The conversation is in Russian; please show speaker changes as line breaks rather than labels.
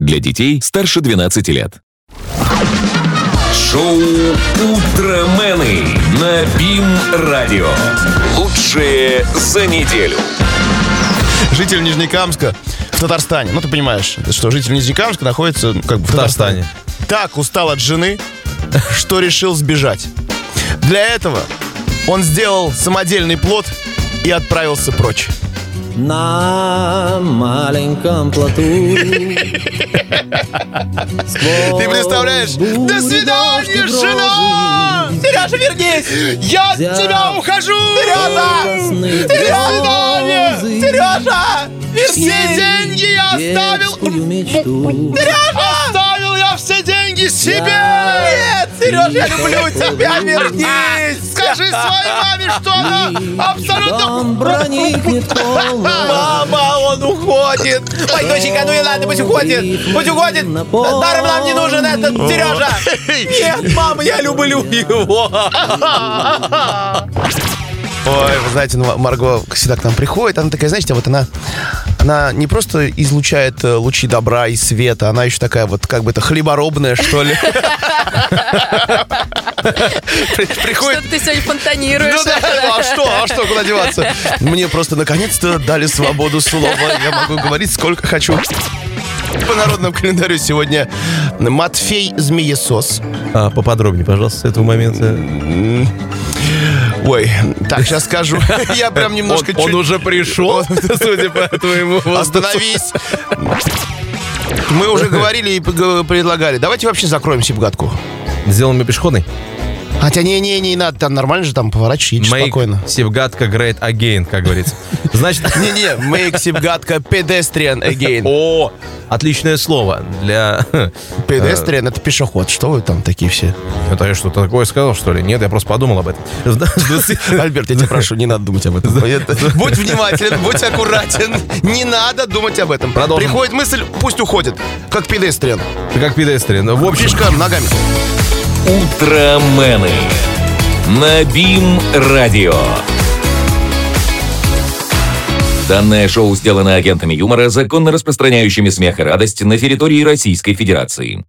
Для детей старше 12 лет. Шоу «Утромены» на БИМ-радио. Лучшее за неделю.
Житель Нижнекамска в Татарстане. Ну, ты понимаешь, что житель Нижнекамска находится ну, как бы в Татарстане. Так устал от жены, что решил сбежать. Для этого он сделал самодельный плод и отправился прочь.
На маленьком плоту.
Ты представляешь? До свидания, жена! Сережа, вернись! Я от
Взял
тебя ухожу!
красные
Сережа! До свидания!
розы.
Сережа! Все
И
деньги я оставил!
детскую мечту.
Сережа! Оставил я все деньги себе! Нет, Сережа, я люблю тебя! Вернись! Скажи своей маме, что она абсолютно...
Дом проникнет полночь.
Мама, он уходит! Ой, доченька, ну и ладно, пусть уходит! Пусть уходит! Даром нам не нужен этот Сережа! Нет, мама, я люблю его! Ой, вы знаете, ну, Марго всегда к нам приходит, она такая, знаете, вот она, она не просто излучает э, лучи добра и света, она еще такая вот, как бы это, хлеборобная, что ли. При- Приходит
Что ты сегодня фонтанируешь?
ну да, ну а что, а что, куда деваться? Мне просто наконец-то дали свободу слова. Я могу говорить сколько хочу. По народному календарю сегодня Матфей Змеесос.
А, поподробнее, пожалуйста, с этого момента.
Ой, так, сейчас скажу. Я прям немножко
он, он
чуть-
уже пришел, судя по твоему возгласу.
Остановись. Мы уже говорили и пог- предлагали. Давайте вообще закроем сибгадку.
Сделаем ее пешеходной.
Хотя не-не, не надо, там нормально же, там поворачивай, едешь
Make
спокойно.
Севгатка great again, как говорится. Значит,
Не-не, make сибгатка pedestrian again. Э,
о, отличное слово для...
Pedestrian это пешеход, что вы там такие все?
Это я что-то такое сказал, что ли? Нет, я просто подумал об этом. С 20
Ну, Альберт, я тебя прошу, не надо думать об этом. Это- Будь внимателен, будь аккуратен. Не надо думать об этом.
Продолжим.
Приходит мысль, пусть уходит. как педестриан.
Ты Как педестрин. В общем,
Фишка ногами.
«Утромены» на БИМ-радио. Данное шоу сделано агентами юмора, законно распространяющими смех и радость на территории Российской Федерации.